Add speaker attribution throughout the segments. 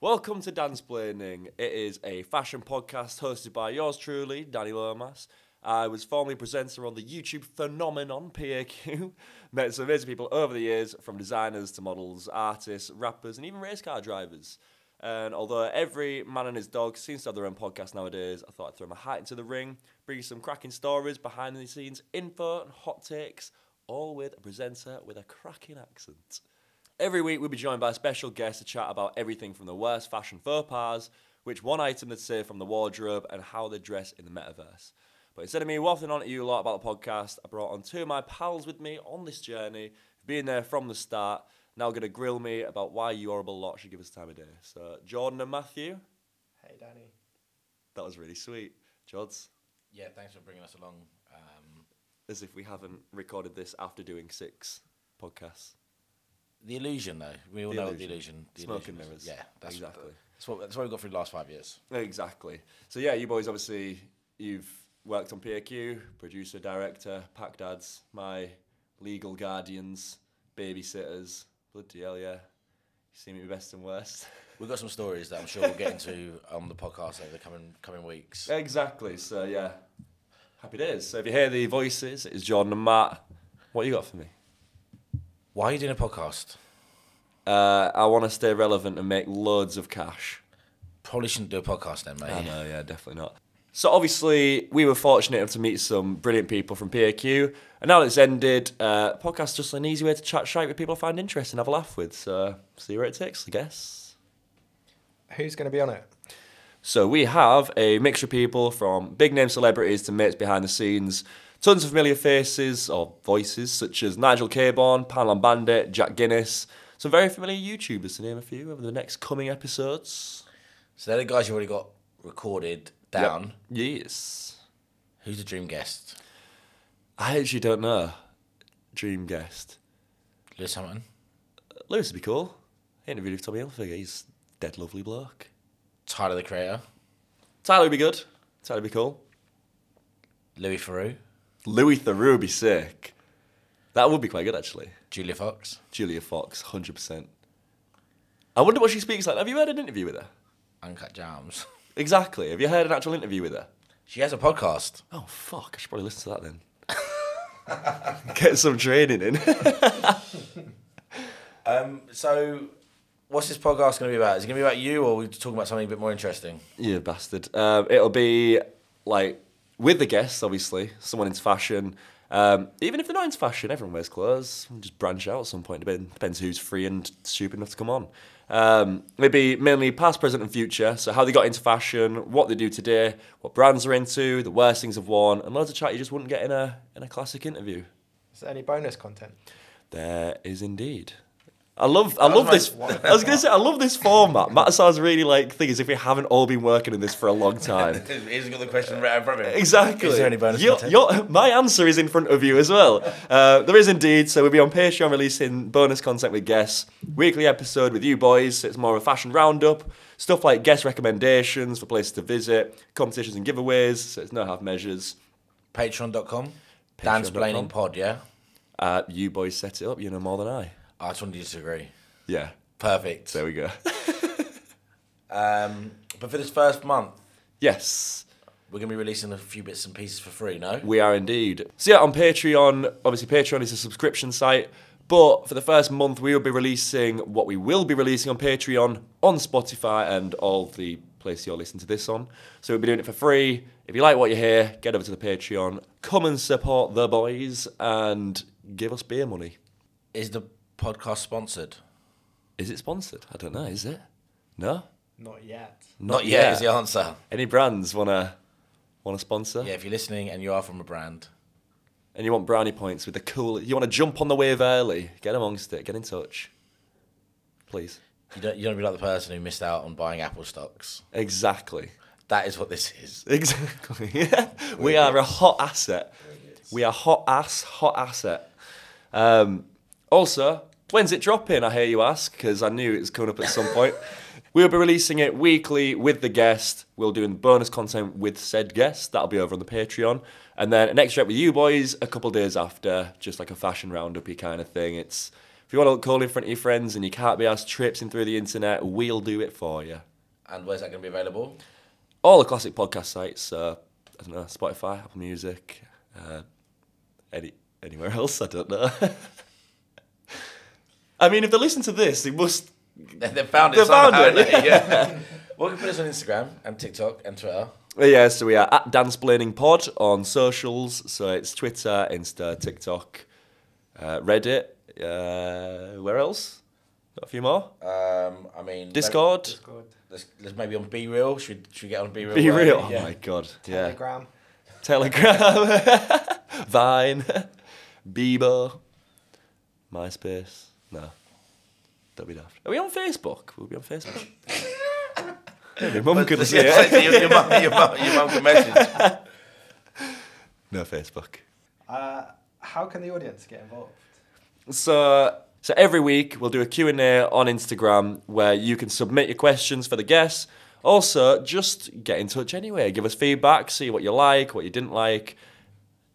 Speaker 1: Welcome to Dance Planning. It is a fashion podcast hosted by yours truly, Danny Lomas. I was formerly presenter on the YouTube phenomenon PAQ. Met some amazing people over the years, from designers to models, artists, rappers, and even race car drivers. And although every man and his dog seems to have their own podcast nowadays, I thought I'd throw my hat into the ring, bring you some cracking stories, behind the scenes info, and hot takes, all with a presenter with a cracking accent. Every week, we'll be joined by a special guest to chat about everything from the worst fashion faux pas, which one item they'd save from the wardrobe, and how they dress in the metaverse. But instead of me waffling on at you a lot about the podcast, I brought on two of my pals with me on this journey, being there from the start, now going to grill me about why you horrible lot should give us time of day. So, Jordan and Matthew,
Speaker 2: Hey, Danny.
Speaker 1: that was really sweet. Jods,
Speaker 3: Yeah, thanks for bringing us along. Um,
Speaker 1: as if we haven't recorded this after doing six podcasts.
Speaker 3: the illusion, though, we all
Speaker 1: The
Speaker 3: know
Speaker 1: illusion.
Speaker 3: the illusion. The
Speaker 1: Smoke
Speaker 3: illusion
Speaker 1: and
Speaker 3: is-
Speaker 1: mirrors.
Speaker 3: Yeah, that's
Speaker 1: Exactly.
Speaker 3: What, that's what that's what we got through the last five years.
Speaker 1: Exactly. So yeah, you boys obviously you've worked on PAQ, producer, director, pack dads, my legal guardians, babysitters. Bloody hell, yeah. You see me best and worst.
Speaker 3: We've got some stories that I'm sure we'll get into on the podcast over the coming coming weeks.
Speaker 1: exactly. So yeah, happy days. So if you hear the voices, it's Jordan and Matt. What you got for me?
Speaker 3: Why are you doing a podcast?
Speaker 1: Uh, I want to stay relevant and make loads of cash.
Speaker 3: Probably shouldn't do a podcast then, mate.
Speaker 1: I know, yeah, definitely not. So obviously, we were fortunate enough to meet some brilliant people from PAQ, and now that it's ended, uh, podcast's just an easy way to chat shite with people I find interesting, have a laugh with. So see where it takes, I guess.
Speaker 2: Who's going to be on it?
Speaker 1: So we have a mixture of people from big name celebrities to mates behind the scenes, tons of familiar faces or voices such as Nigel Caborn, Panlon Bandit, Jack Guinness, some very familiar YouTubers to name a few over the next coming episodes.
Speaker 3: So they're the guys you already got recorded down.
Speaker 1: Yep. Yes.
Speaker 3: Who's the dream guest?
Speaker 1: I actually don't know. Dream guest.
Speaker 3: Lewis Hamilton.
Speaker 1: Lewis would be cool. He interviewed with Tommy Hilfiger. He's dead lovely bloke.
Speaker 3: Tyler the Creator.
Speaker 1: Tyler would be good. Tyler would be cool.
Speaker 3: Louis Theroux.
Speaker 1: Louis Theroux would be sick. That would be quite good, actually.
Speaker 3: Julia Fox.
Speaker 1: Julia Fox, 100%. I wonder what she speaks like. Have you heard an interview with her?
Speaker 3: Uncut Jams.
Speaker 1: Exactly. Have you heard an actual interview with her?
Speaker 3: she has a podcast.
Speaker 1: Oh, fuck. I should probably listen to that then. Get some training in.
Speaker 3: Um, so, what's this podcast going to be about? Is it going to be about you, or are we talking about something a bit more interesting?
Speaker 1: You bastard. Um, it'll be like with the guests, obviously, someone into fashion. Um, even if they're not into fashion, everyone wears clothes. We'll just branch out at some point. Depend- Depends who's free and stupid enough to come on. Um, maybe mainly past, present, and future. So how they got into fashion, what they do today, what brands are into, the worst things they've worn, and loads of chat you just wouldn't get in a in a classic interview.
Speaker 2: Is there any bonus content?
Speaker 1: There is indeed. I love, I love
Speaker 3: my-
Speaker 1: this. I was gonna say, I love this format. Matt sounds really like thing is if we haven't all been working in this for a long time.
Speaker 3: He's got the question right in front of him.
Speaker 1: Exactly.
Speaker 3: Is there any bonus
Speaker 1: Your-
Speaker 3: content?
Speaker 1: your- my answer is in front of you as well. Uh, there is indeed. So we'll be on Patreon releasing bonus content with guests, weekly episode with you boys. It's more of a fashion roundup, stuff like guest recommendations for places to visit, competitions and giveaways. So it's no half measures.
Speaker 3: Patreon.com.
Speaker 1: Patreon.com.
Speaker 3: Dan's Planning Pod, yeah?
Speaker 1: Uh, you boys set it up. You know more than I.
Speaker 3: I just wanted to disagree.
Speaker 1: Yeah.
Speaker 3: Perfect.
Speaker 1: There we go.
Speaker 3: Um, but for this first month,
Speaker 1: yes.
Speaker 3: we're going to be releasing a few bits and pieces for free, no?
Speaker 1: We are indeed. So yeah, on Patreon, obviously Patreon is a subscription site, but for the first month we will be releasing what we will be releasing on Patreon, on Spotify, and all the places you're listening to this on. So we'll be doing it for free. If you like what you hear, get over to the Patreon, come and support the boys, and give us beer money.
Speaker 3: Is the podcast sponsored?
Speaker 1: Is it sponsored? I don't know. Is it? No.
Speaker 2: Not yet.
Speaker 3: Not yet is the answer.
Speaker 1: Any brands wanna wanna sponsor?
Speaker 3: Yeah, if you're listening and you are from a brand,
Speaker 1: and you want brownie points with the cool, you want to jump on the wave early, get amongst it, get in touch. Please.
Speaker 3: you don't, you don't be like the person who missed out on buying Apple stocks.
Speaker 1: Exactly.
Speaker 3: That is what this is.
Speaker 1: Exactly. we are a hot asset. We are hot ass, hot asset. Um, also, when's it dropping? I hear you ask, because I knew it was coming up at some point. We'll be releasing it weekly with the guest. We'll do bonus content with said guest. That'll be over on the Patreon. And then an extra with you boys a couple days after, just like a fashion roundup kind of thing. It's if you want to look cool in front of your friends and you can't be asked tripping through the internet, we'll do it for you.
Speaker 3: And where's that going to be available?
Speaker 1: All the classic podcast sites, uh, I don't know, Spotify, Apple Music, uh, any anywhere else, I don't know. I mean, if they listen to this, they must.
Speaker 3: They found it.
Speaker 1: They found
Speaker 3: somehow,
Speaker 1: it.
Speaker 3: haven't they? Yeah. well, you can put us on Instagram and TikTok and Twitter.
Speaker 1: But uh, yeah, so we are at Dansplaining Pod on socials. So it's Twitter, Insta, TikTok, uh, Reddit. Uh, where else? Got a few more.
Speaker 3: Um, I mean,
Speaker 1: Discord.
Speaker 2: Discord,
Speaker 3: Let's, let's maybe on Be Real. Should, should we get on Be Real?
Speaker 1: Be
Speaker 3: right?
Speaker 1: real.
Speaker 3: Yeah.
Speaker 1: Oh my god. Yeah.
Speaker 2: Telegram.
Speaker 1: Telegram, Vine, Bebo, MySpace. No, don't be daft. Are we on Facebook? We'll be on Facebook. Your mum could see
Speaker 3: Yeah,
Speaker 1: it.
Speaker 3: so your, your mum your mum- your mum can message.
Speaker 1: No Facebook.
Speaker 2: Uh, how can the audience get involved?
Speaker 1: So, so every week we'll do a Q&A on Instagram where you can submit your questions for the guests. Also, just get in touch anyway. Give us feedback, see what you like, what you didn't like.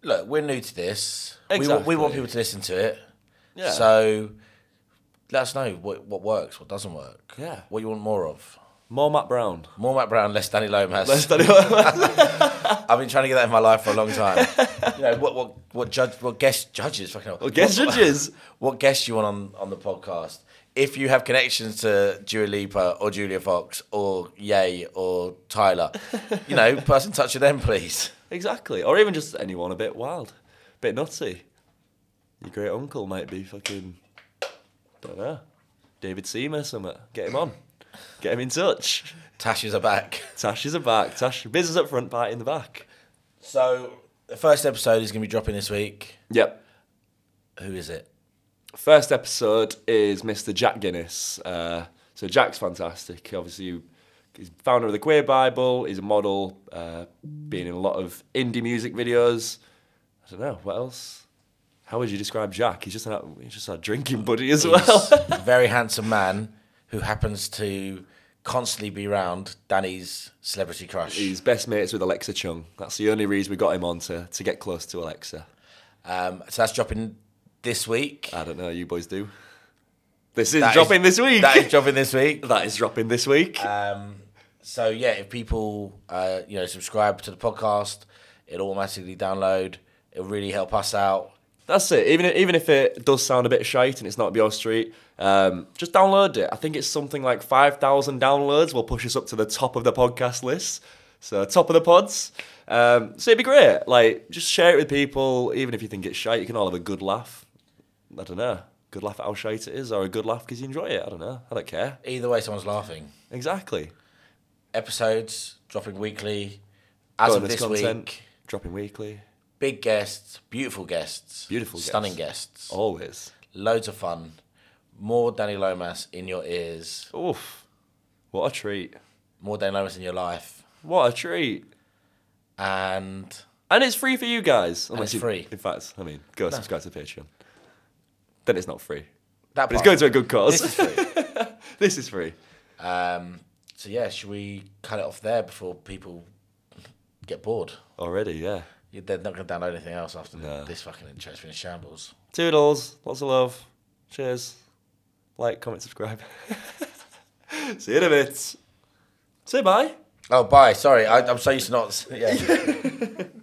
Speaker 3: Look, we're new to this. We, want,
Speaker 1: Exactly.
Speaker 3: we want people to listen to it.
Speaker 1: Yeah.
Speaker 3: So let us know what, what works, what doesn't work.
Speaker 1: Yeah.
Speaker 3: What you want more of.
Speaker 1: More Matt Brown.
Speaker 3: More Matt Brown, less Danny Lomas.
Speaker 1: Let's do it.
Speaker 3: I've been trying to get that in my life for a long time. you know, what what what judge what guest judges fucking hell.
Speaker 1: Well, guest judges.
Speaker 3: what guests you want on, on the podcast. If you have connections to Dua Lipa or Julia Fox or Yay or Tyler, you know, put us in touch with them, please.
Speaker 1: Exactly. Or even just anyone a bit wild, a bit nutty. Your great uncle might be fucking, don't know, David Seamer or something. Get him on. Get him in touch.
Speaker 3: Tashes are back.
Speaker 1: Tash is a back. Tash, business up front, party in the back.
Speaker 3: So the first episode is going to be dropping this week.
Speaker 1: Yep.
Speaker 3: Who is it?
Speaker 1: First episode is Mr. Jack Guinness. Uh, so Jack's fantastic. Obviously, he's founder of the Queer Bible. He's a model, uh, being in a lot of indie music videos. I don't know what else. How would you describe Jack? He's just an, he's just a drinking buddy as well.
Speaker 3: He's a very handsome man who happens to constantly be round Danny's celebrity crush.
Speaker 1: He's best mates with Alexa Chung. That's the only reason we got him on to, to get close to Alexa.
Speaker 3: Um, so that's dropping this week.
Speaker 1: I don't know, you boys do. This is
Speaker 3: That is-
Speaker 1: Uh, dropping this week.
Speaker 3: That is dropping this week.
Speaker 1: that is dropping this week.
Speaker 3: Um, so yeah, if people uh, you know subscribe to the podcast, it'll automatically download. It'll really help us out.
Speaker 1: That's it. Even even if it does sound a bit shite and it's not up your street, um, just download it. I think it's something like five thousand downloads will push us up to the top of the podcast list. So top of the pods. Um, so it'd be great. Like just share it with people. Even if you think it's shite, you can all have a good laugh. I don't know. Good laugh at how shite it is, or a good laugh because you enjoy it. I don't know. I don't care.
Speaker 3: Either way, someone's laughing.
Speaker 1: Exactly.
Speaker 3: Episodes dropping weekly. As of
Speaker 1: Bonus
Speaker 3: this week,
Speaker 1: dropping weekly,
Speaker 3: big guests, beautiful guests,
Speaker 1: Beautiful Oh.
Speaker 3: stunning guests,
Speaker 1: always.
Speaker 3: loads of fun. More Danny Lomas in your ears.
Speaker 1: Oof, what a treat!
Speaker 3: More Danny Lomas in your life.
Speaker 1: What a treat!
Speaker 3: And
Speaker 1: And it's free for you guys. Unless
Speaker 3: it's
Speaker 1: you,
Speaker 3: free.
Speaker 1: In fact, I mean, go subscribe to Patreon. Then it's not free.
Speaker 3: that
Speaker 1: But it's
Speaker 3: part.
Speaker 1: going to a good cause.
Speaker 3: This is free.
Speaker 1: this is free.
Speaker 3: um, so yeah, should we cut it off there before people get bored?
Speaker 1: Already, yeah.
Speaker 3: Yeah, They're not going to download anything else after
Speaker 1: No.
Speaker 3: this fucking intro. It's been a shambles.
Speaker 1: Toodles. Lots of love. Cheers. Like, comment, subscribe. See you in a bit. Say bye.
Speaker 3: Oh, bye. Sorry, I, I'm so used to not. Yeah.